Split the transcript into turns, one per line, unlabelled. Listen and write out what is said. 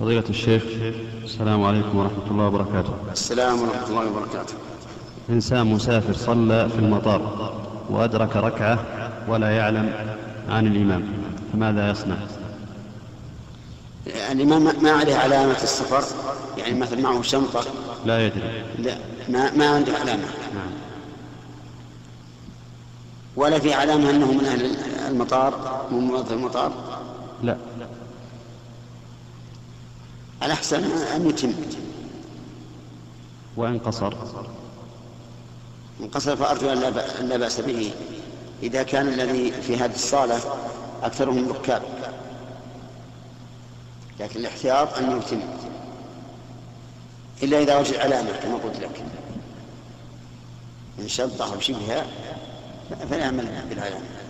فضيلة الشيخ السلام عليكم ورحمة الله وبركاته
السلام ورحمة الله وبركاته
إنسان مسافر صلى في المطار وأدرك ركعة ولا يعلم عن الإمام فماذا يصنع
يعني ما, ما- ما عليه علامة السفر يعني مثل معه شنطة
لا يدري
لا ما, ما عنده علامة
نعم
ولا في علامة أنه من أهل المطار من موظف المطار
لا
الأحسن أن يتم
وإن قصر
انقصر فأرجو أن لا بأ- أن لا بأس به إذا كان الذي في هذه الصالة أكثرهم ركاب لكن الاحتياط أن يتم إلا إذا وجد علامة كما قلت لك من شنطة أو شبهها فلا عمل بالعلامة